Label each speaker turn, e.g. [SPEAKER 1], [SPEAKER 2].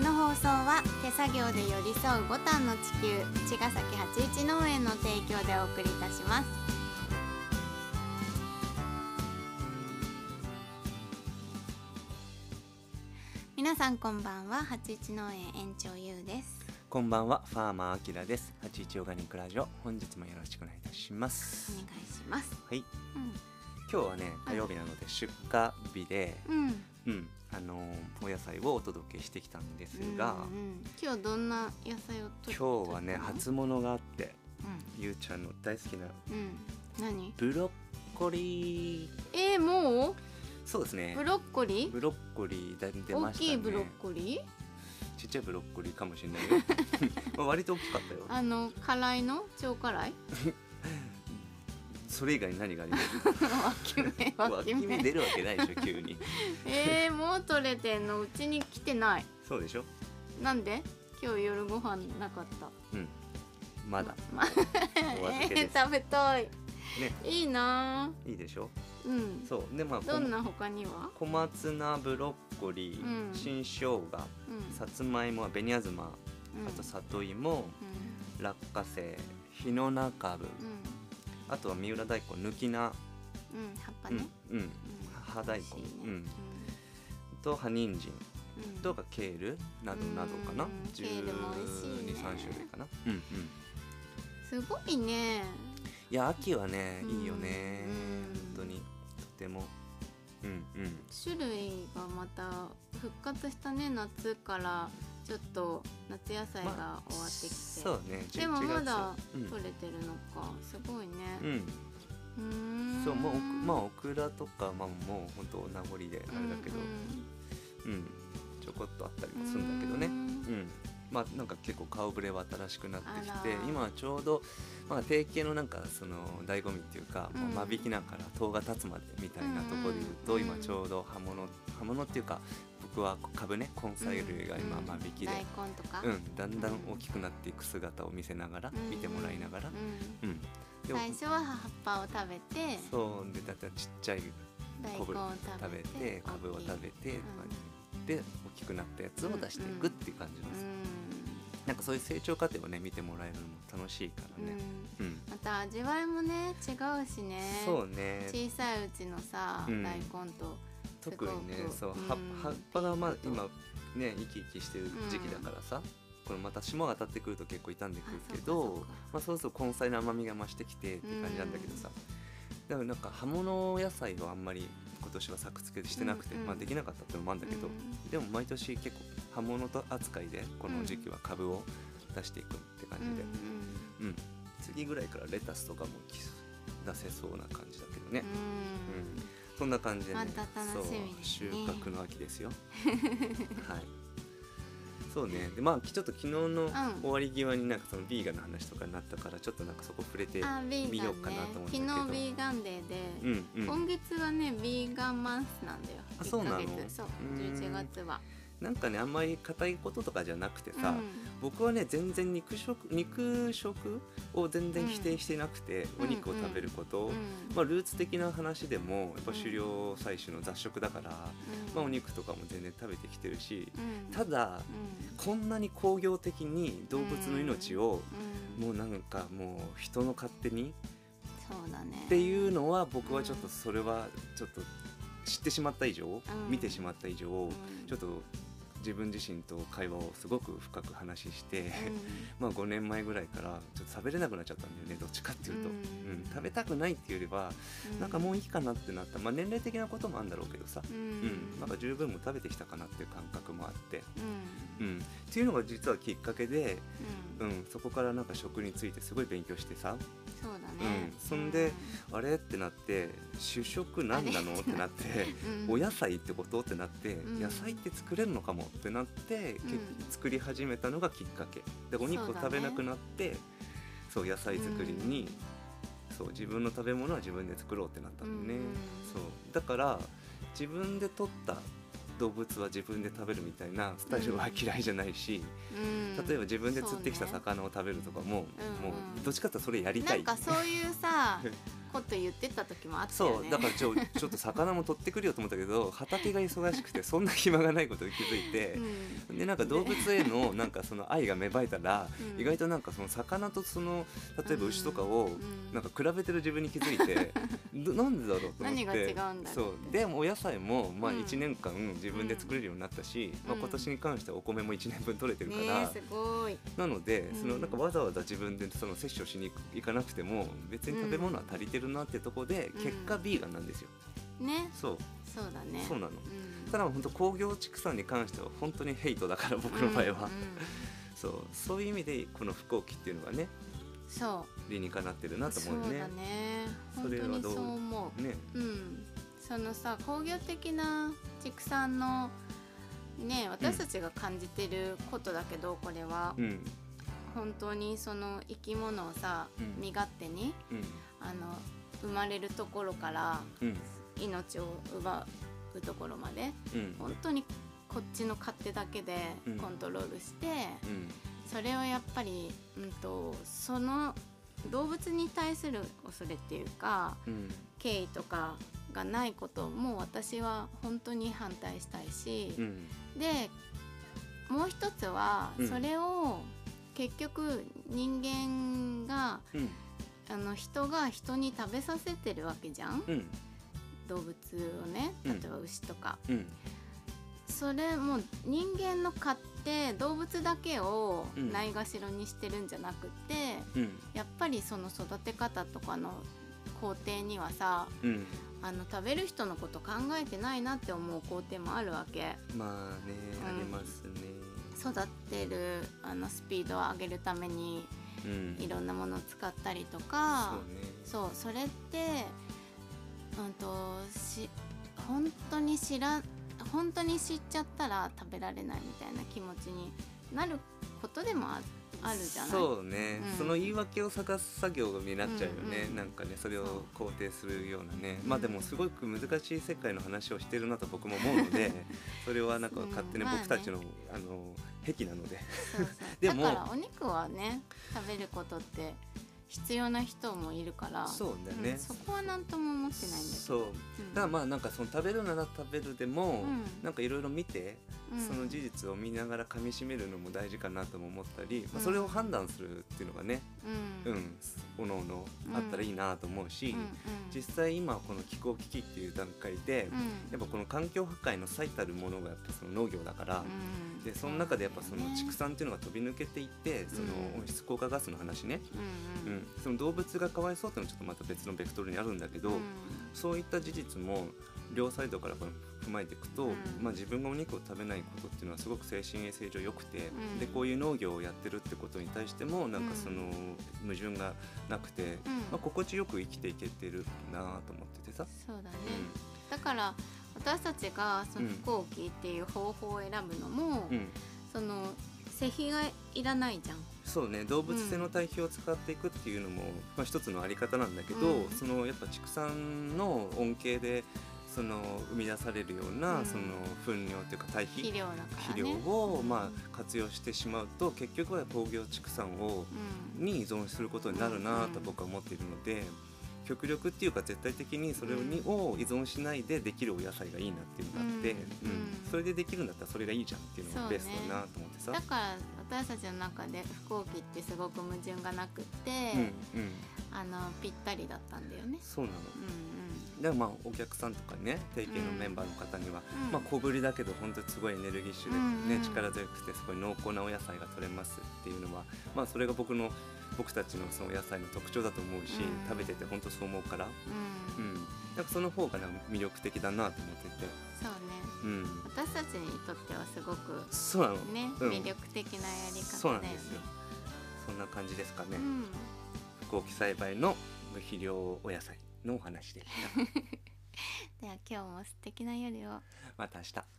[SPEAKER 1] の放送は手作業で寄り添う五反の地球茅ヶ崎八一農園の提供でお送りいたします皆さんこんばんは八一農園園長ゆうです
[SPEAKER 2] こんばんは、ファーマーアキラです。八一オーガニックラジオ、本日もよろしくお願いいたしま
[SPEAKER 1] お
[SPEAKER 2] す。
[SPEAKER 1] 願いします
[SPEAKER 2] はい、今日はね、火曜日なので出荷日で、
[SPEAKER 1] うん、うん
[SPEAKER 2] うん、あのーお野菜をお届けしてきたんですが、
[SPEAKER 1] うんうん今日どんな野菜をと
[SPEAKER 2] 今日はね、
[SPEAKER 1] 取ったの
[SPEAKER 2] 初物があって、ゆうちゃんの大好きな
[SPEAKER 1] うん、うん、何
[SPEAKER 2] ブロッコリー。
[SPEAKER 1] えー、もう
[SPEAKER 2] そうですね
[SPEAKER 1] ブ。ロッコリー
[SPEAKER 2] ブロッコリーだ出
[SPEAKER 1] 大
[SPEAKER 2] ましたね。
[SPEAKER 1] きいブロッコリー
[SPEAKER 2] ちっちゃいブロッコリーかもしれないよ。 まあ割と大きかったよ。
[SPEAKER 1] あの辛いの超辛い
[SPEAKER 2] それ以外に何があります？
[SPEAKER 1] わきめわ
[SPEAKER 2] わ
[SPEAKER 1] き
[SPEAKER 2] き
[SPEAKER 1] め
[SPEAKER 2] 目出るわけないでしょ、急に。
[SPEAKER 1] えー、もう取れてんのうちに来てない
[SPEAKER 2] そうでしょ。
[SPEAKER 1] なんで今日夜ご飯なかった
[SPEAKER 2] うん。まだ。
[SPEAKER 1] ま
[SPEAKER 2] お預
[SPEAKER 1] え
[SPEAKER 2] け
[SPEAKER 1] ー
[SPEAKER 2] で す。
[SPEAKER 1] 食べたい
[SPEAKER 2] ね、
[SPEAKER 1] いいなあ
[SPEAKER 2] いいでしょ
[SPEAKER 1] うん
[SPEAKER 2] そうでまあこ
[SPEAKER 1] どんな他には
[SPEAKER 2] 小松菜ブロッコリー、
[SPEAKER 1] うん
[SPEAKER 2] 新生姜
[SPEAKER 1] うん
[SPEAKER 2] さつまいもは紅あずま
[SPEAKER 1] うん
[SPEAKER 2] あと里芋落花生日の中ぶ
[SPEAKER 1] うん
[SPEAKER 2] あとは三浦大根抜き菜、
[SPEAKER 1] うんうん葉っぱ
[SPEAKER 2] う
[SPEAKER 1] ね
[SPEAKER 2] んうん、
[SPEAKER 1] うん
[SPEAKER 2] 葉大
[SPEAKER 1] 美
[SPEAKER 2] 根
[SPEAKER 1] 味しいね
[SPEAKER 2] うんと葉人参
[SPEAKER 1] うんうん
[SPEAKER 2] とかケールなどなどかな
[SPEAKER 1] うんケールも美味しいね
[SPEAKER 2] 12 3種類かな、うんうん、い
[SPEAKER 1] すごいね
[SPEAKER 2] や秋はねいいよね
[SPEAKER 1] うん
[SPEAKER 2] 本当にとてもうんうん
[SPEAKER 1] 種類がまた復活したね夏からちょっと夏野菜が終わってきて、
[SPEAKER 2] そうね
[SPEAKER 1] でもまだ
[SPEAKER 2] 11月
[SPEAKER 1] 取れてるのか、すごいね
[SPEAKER 2] うん、うん
[SPEAKER 1] うーん
[SPEAKER 2] そうもうおくまあオクラとかまあもう本当名残であれだけど、うんちょこっとあったりもするんだけどね
[SPEAKER 1] うー、ん
[SPEAKER 2] うん、まあなんか結構顔ぶれは新しくなってき
[SPEAKER 1] あ
[SPEAKER 2] て
[SPEAKER 1] ら
[SPEAKER 2] 今はちょうど、まあ、定型のなんかその醍醐味っていうか、
[SPEAKER 1] うん
[SPEAKER 2] まあ間引きなんから塔が立つまでみたいなところで言うと、
[SPEAKER 1] うん
[SPEAKER 2] 今ちょうど葉物葉物っていうか僕は株ね根菜類が今
[SPEAKER 1] うん
[SPEAKER 2] 間引きで、
[SPEAKER 1] 大根とか
[SPEAKER 2] うんだんだん大きくなっていく姿を見せながら、
[SPEAKER 1] うん
[SPEAKER 2] 見てもらいながら、
[SPEAKER 1] う
[SPEAKER 2] うんで
[SPEAKER 1] ん最初は葉っぱを食べて
[SPEAKER 2] そうでだってちっちゃい
[SPEAKER 1] 大根
[SPEAKER 2] 昆布
[SPEAKER 1] を
[SPEAKER 2] 食
[SPEAKER 1] 食べて
[SPEAKER 2] べて株を食べて、で大きくなったやつを出していくっていう感じなんです、なんかそういう成長過程をね見てもらえるのも楽しいか
[SPEAKER 1] うん、
[SPEAKER 2] ら
[SPEAKER 1] うん
[SPEAKER 2] ね、うん
[SPEAKER 1] また味わいもね違うしね
[SPEAKER 2] そうね
[SPEAKER 1] 小さいうちのさ、
[SPEAKER 2] うん
[SPEAKER 1] 大根と
[SPEAKER 2] 特にね
[SPEAKER 1] す
[SPEAKER 2] そう
[SPEAKER 1] ごく
[SPEAKER 2] 葉
[SPEAKER 1] うん
[SPEAKER 2] 葉っぱがまあ今ね生き生きしてる時期だからさ、このまた霜が当たってくると結構傷んでくるけ
[SPEAKER 1] あそう
[SPEAKER 2] ど
[SPEAKER 1] かそうか
[SPEAKER 2] まあ、そうすると根菜の甘みが増してきてっていう感じなんだけどさ、だからなんか葉物野菜をあんまり今年は作付けしてなくて、
[SPEAKER 1] うんうん
[SPEAKER 2] まあ、できなかったっていうのもあるんだけど、
[SPEAKER 1] うん
[SPEAKER 2] でも毎年結構葉物と扱いでこの時期は株を出していくって感じで、うん次ぐらいからレタスとかもき出せそうな感じだけどね、
[SPEAKER 1] うんうん
[SPEAKER 2] うんそんな感じでね
[SPEAKER 1] また楽しみですね
[SPEAKER 2] そう収穫の秋で すよはいそうねでまあきちょっと昨日の終わり際になんかそのビーガンの話とかになったからちょっとなんかそこ触れて
[SPEAKER 1] あビー
[SPEAKER 2] 見
[SPEAKER 1] ガ
[SPEAKER 2] よ
[SPEAKER 1] ン
[SPEAKER 2] うか
[SPEAKER 1] ね
[SPEAKER 2] なと思うんだ
[SPEAKER 1] 昨
[SPEAKER 2] け
[SPEAKER 1] 日
[SPEAKER 2] ど
[SPEAKER 1] ビーガンデーで、
[SPEAKER 2] うんうん
[SPEAKER 1] 今月はねビーガンマンスなんだよ
[SPEAKER 2] あそうなの
[SPEAKER 1] 1ヶ月そう
[SPEAKER 2] うん
[SPEAKER 1] 11月は
[SPEAKER 2] なんかねあんまり硬いこととかじゃなくてさ、
[SPEAKER 1] うん
[SPEAKER 2] 僕はね全然肉食肉食を全然否定してなくて、
[SPEAKER 1] うん
[SPEAKER 2] お肉を食べること、
[SPEAKER 1] うん
[SPEAKER 2] まあ、ルーツ的な話でもやっぱ狩猟採取の雑食だか
[SPEAKER 1] うん
[SPEAKER 2] ら、まあ、お肉とかも全然食べてきてるし、
[SPEAKER 1] うん
[SPEAKER 2] ただ
[SPEAKER 1] うん
[SPEAKER 2] こんなに工業的に動物の命を、
[SPEAKER 1] うん
[SPEAKER 2] もうなんかもう人の勝手に
[SPEAKER 1] そうだね
[SPEAKER 2] っていうのは僕はちょっとそれはちょっと知ってしまった以上、
[SPEAKER 1] ん
[SPEAKER 2] 見てしまった以上、
[SPEAKER 1] うん
[SPEAKER 2] ちょっと自分自身と会話をすごく深く話して、 まあ5年前ぐらいからちょっと喋れなくなっちゃったんだよねどっちかっていうと、
[SPEAKER 1] うん
[SPEAKER 2] うん食べたくないっていうよりは、
[SPEAKER 1] う
[SPEAKER 2] なんかもういいかなってなった、まあ、年齢的なこともあるんだろうけどさ、
[SPEAKER 1] う
[SPEAKER 2] うん
[SPEAKER 1] ん
[SPEAKER 2] なんか十分もう食べてきたかなっていう感覚もあって、
[SPEAKER 1] うん
[SPEAKER 2] うん、っていうのが実はきっかけで、
[SPEAKER 1] う
[SPEAKER 2] うんん、そこからなんか食についてすごい勉強してさ
[SPEAKER 1] そうだね
[SPEAKER 2] うんそんであれってなって主食何なのってなって。
[SPEAKER 1] うん
[SPEAKER 2] お野菜ってことってなって、
[SPEAKER 1] うん
[SPEAKER 2] 野菜って作れるのかもってなって、結
[SPEAKER 1] うん
[SPEAKER 2] 作り始めたのがきっかけでお肉
[SPEAKER 1] そ
[SPEAKER 2] を
[SPEAKER 1] うだね
[SPEAKER 2] 食べなくなってそう,、野菜作りに、そう自分の食べ物は自分で作ろうってなったんだよね、
[SPEAKER 1] うん
[SPEAKER 2] そうだから自分で取った動物は自分で食べるみたいなスタジオは嫌いじゃないし、
[SPEAKER 1] うん
[SPEAKER 2] 例えば自分で釣ってきた
[SPEAKER 1] そうね
[SPEAKER 2] 魚を食べるとかも、
[SPEAKER 1] うんうん
[SPEAKER 2] もうどっちかっていうとそれやりた
[SPEAKER 1] ない んかそういうさこと言ってた時もあったよ
[SPEAKER 2] そ
[SPEAKER 1] ね
[SPEAKER 2] うだからちょちょっと魚も取ってくるよと思った けど畑が忙しくてそんな暇がないことに気づいて、
[SPEAKER 1] うん
[SPEAKER 2] でなんか動物へのなんかその愛が芽生えたら、
[SPEAKER 1] うん
[SPEAKER 2] 意外となんかその魚とその例えば牛とかを
[SPEAKER 1] うん
[SPEAKER 2] なんか比べてる自分に気づい て、どなんでだろうと思っ
[SPEAKER 1] 何
[SPEAKER 2] て
[SPEAKER 1] が違うんだろう
[SPEAKER 2] そうでもお野菜もまあ
[SPEAKER 1] うん
[SPEAKER 2] 1年間自分で作れるようになったし、
[SPEAKER 1] うん
[SPEAKER 2] まあ、今年に関してはお米も1年分取れてるか
[SPEAKER 1] ね
[SPEAKER 2] ら、
[SPEAKER 1] えすごい
[SPEAKER 2] なので
[SPEAKER 1] うん
[SPEAKER 2] そのなんかわざわざ自分でその摂取をしに行かなくても別に食べ物は足りてるなってとこで、
[SPEAKER 1] うん
[SPEAKER 2] 結果ビーガンなんですよ。
[SPEAKER 1] ね
[SPEAKER 2] そう
[SPEAKER 1] そうだね
[SPEAKER 2] そうなの
[SPEAKER 1] うん
[SPEAKER 2] ただ本当工業畜産に関しては本当にヘイトだから僕の場合は、
[SPEAKER 1] うん
[SPEAKER 2] そうそういう意味でこの不幸期っていうのがね
[SPEAKER 1] うんそう
[SPEAKER 2] 理にかなってるなと
[SPEAKER 1] そ
[SPEAKER 2] 思うよ
[SPEAKER 1] う
[SPEAKER 2] ね
[SPEAKER 1] だね
[SPEAKER 2] そ
[SPEAKER 1] 本
[SPEAKER 2] れ
[SPEAKER 1] 当
[SPEAKER 2] は
[SPEAKER 1] に
[SPEAKER 2] どう
[SPEAKER 1] そう思う
[SPEAKER 2] ね
[SPEAKER 1] うん、そのさ工業的な畜産のね私たちが感じてることだけど、これは、
[SPEAKER 2] うん
[SPEAKER 1] 本当にその生き物をさ、
[SPEAKER 2] うん
[SPEAKER 1] 身勝手に
[SPEAKER 2] うん
[SPEAKER 1] あの生まれるところから
[SPEAKER 2] うん
[SPEAKER 1] 命を奪うところまで
[SPEAKER 2] うん
[SPEAKER 1] 本当にこっちの勝手だけで
[SPEAKER 2] うん
[SPEAKER 1] コントロールして、
[SPEAKER 2] うん
[SPEAKER 1] それをやっぱり、うん、とその動物に対する恐れっていうか
[SPEAKER 2] うん
[SPEAKER 1] 敬意とかがないことも私は本当に反対したいし、
[SPEAKER 2] うん
[SPEAKER 1] でもう一つは
[SPEAKER 2] うん
[SPEAKER 1] それを結局人間があの人が人に食べさせてるわけじゃん
[SPEAKER 2] うんうん
[SPEAKER 1] 動物をね
[SPEAKER 2] う
[SPEAKER 1] 例
[SPEAKER 2] ん
[SPEAKER 1] えば牛とか、
[SPEAKER 2] うん
[SPEAKER 1] それもう人間の勝手動物だけを
[SPEAKER 2] うん
[SPEAKER 1] ないがしろにしてるんじゃなくて、
[SPEAKER 2] うん
[SPEAKER 1] やっぱりその育て方とかの工程にはさ
[SPEAKER 2] うん
[SPEAKER 1] あの食べる人のこと考えてないなって思う工程もあるわけ
[SPEAKER 2] まあね、
[SPEAKER 1] うん
[SPEAKER 2] ありますね
[SPEAKER 1] 育ってるあのスピードを上げるために
[SPEAKER 2] うん
[SPEAKER 1] いろんなものを使ったりとか
[SPEAKER 2] そ
[SPEAKER 1] そう,、それってうんとし本当に知ら本当に知っちゃったら食べられないみたいな気持ちになることでもああ
[SPEAKER 2] う
[SPEAKER 1] る
[SPEAKER 2] ね
[SPEAKER 1] じゃない
[SPEAKER 2] そうね、
[SPEAKER 1] うん
[SPEAKER 2] その言い訳を探す作業が見なっちゃうよね、
[SPEAKER 1] うんうん
[SPEAKER 2] なんかねそれを肯定するようなね
[SPEAKER 1] うん
[SPEAKER 2] まあでもすごく難しい世界の話をしてるなと僕も思う のでそれはなんか勝手に
[SPEAKER 1] うんまあね
[SPEAKER 2] 僕たちの、あの癖なので
[SPEAKER 1] そうそう
[SPEAKER 2] でも
[SPEAKER 1] だからお肉はね食べることって必要な人もいるから
[SPEAKER 2] そうだね、
[SPEAKER 1] んそこは何とも思ってないんだけど
[SPEAKER 2] そうだからまあなんかその食べるなら食べるでも、
[SPEAKER 1] うん
[SPEAKER 2] なんかいろいろ見て、
[SPEAKER 1] うん
[SPEAKER 2] その事実を見ながら噛みしめるのも大事かなとも思ったり、ま
[SPEAKER 1] う
[SPEAKER 2] あ、
[SPEAKER 1] ん
[SPEAKER 2] それを判断するっていうのがね、
[SPEAKER 1] うん
[SPEAKER 2] うん
[SPEAKER 1] うん
[SPEAKER 2] おのおの
[SPEAKER 1] うん
[SPEAKER 2] あったらいいなと思うし、
[SPEAKER 1] うん
[SPEAKER 2] 実際今この気候危機っていう段階で、
[SPEAKER 1] うん
[SPEAKER 2] やっぱこの環境破壊の最たるものがやっぱその農業だから。
[SPEAKER 1] うん
[SPEAKER 2] でその中でやっぱその畜
[SPEAKER 1] そ
[SPEAKER 2] 産っていうのが飛び抜けていってその温室効果ガスの話ね、
[SPEAKER 1] う
[SPEAKER 2] う
[SPEAKER 1] なんだよね
[SPEAKER 2] ん、その動物がかわいそうっていうのはちょっとまた別のベクトルにあるんだけど、
[SPEAKER 1] うんうん
[SPEAKER 2] そういった事実も両サイドからこう踏まえていくと、
[SPEAKER 1] うん
[SPEAKER 2] まあ、自分がお肉を食べないことっていうのはすごく精神衛生上良くて、
[SPEAKER 1] うん
[SPEAKER 2] でこういう農業をやってるってことに対してもなんかその矛盾がなくて、
[SPEAKER 1] うん
[SPEAKER 2] まあ、心地よく生きていけてるなと思っててさ。
[SPEAKER 1] そうだねだから私たちがその
[SPEAKER 2] うん
[SPEAKER 1] 飛行機っていう方法を選ぶのも
[SPEAKER 2] うんうん
[SPEAKER 1] その施肥がいらないじゃん
[SPEAKER 2] そうね動物性の堆肥を使っていくっていうのも、まあ、一つのあり方なんだけど、
[SPEAKER 1] うん
[SPEAKER 2] そのやっぱ畜産の恩恵でその生み出されるような、
[SPEAKER 1] うん
[SPEAKER 2] その糞尿っていうか堆肥
[SPEAKER 1] 肥料だから
[SPEAKER 2] 肥
[SPEAKER 1] ね
[SPEAKER 2] 料を
[SPEAKER 1] う
[SPEAKER 2] ま
[SPEAKER 1] ん
[SPEAKER 2] あ活用してしまうと結局は工業畜産を
[SPEAKER 1] うん
[SPEAKER 2] に依存することになるなと
[SPEAKER 1] うん
[SPEAKER 2] 僕は思っているので極力っていうか絶対的にそれに
[SPEAKER 1] う
[SPEAKER 2] を依存しないでできるお野菜がいいなっていうのがあって、
[SPEAKER 1] うん
[SPEAKER 2] うん
[SPEAKER 1] うん
[SPEAKER 2] それでできるんだったらそれがいいじゃんっていうのがベストだなと思ってさ。
[SPEAKER 1] だから私たちの中で飛行機ってすごく矛盾がなくって、
[SPEAKER 2] うんうん、
[SPEAKER 1] あのぴったりだったんだよね。
[SPEAKER 2] そうなの
[SPEAKER 1] うん
[SPEAKER 2] だからまあお客さんとかね提携のメンバーの方には、
[SPEAKER 1] うん
[SPEAKER 2] まあ、小ぶりだけど本当にすごいエネルギッシュで、ね
[SPEAKER 1] うんうん
[SPEAKER 2] 力強くてすごい濃厚なお野菜が取れますっていうのは、まあ、それが僕の僕たちのそのお野菜の特徴だと思うし、
[SPEAKER 1] うん
[SPEAKER 2] 食べてて本当そう思うから、
[SPEAKER 1] うん、
[SPEAKER 2] う
[SPEAKER 1] うん、
[SPEAKER 2] ん、なんかその方がなんか魅力的だなと思ってて、
[SPEAKER 1] そうね。
[SPEAKER 2] うん、
[SPEAKER 1] 私たちにとってはすごく
[SPEAKER 2] そうなの、
[SPEAKER 1] ね、
[SPEAKER 2] うん
[SPEAKER 1] 魅力的なやり方
[SPEAKER 2] そうなん
[SPEAKER 1] だ
[SPEAKER 2] で
[SPEAKER 1] よね。
[SPEAKER 2] すよそんな感じですかね、
[SPEAKER 1] うん、
[SPEAKER 2] 不耕起栽培の無肥料お野菜のお話でした
[SPEAKER 1] では今日も素敵な夜を。
[SPEAKER 2] また明日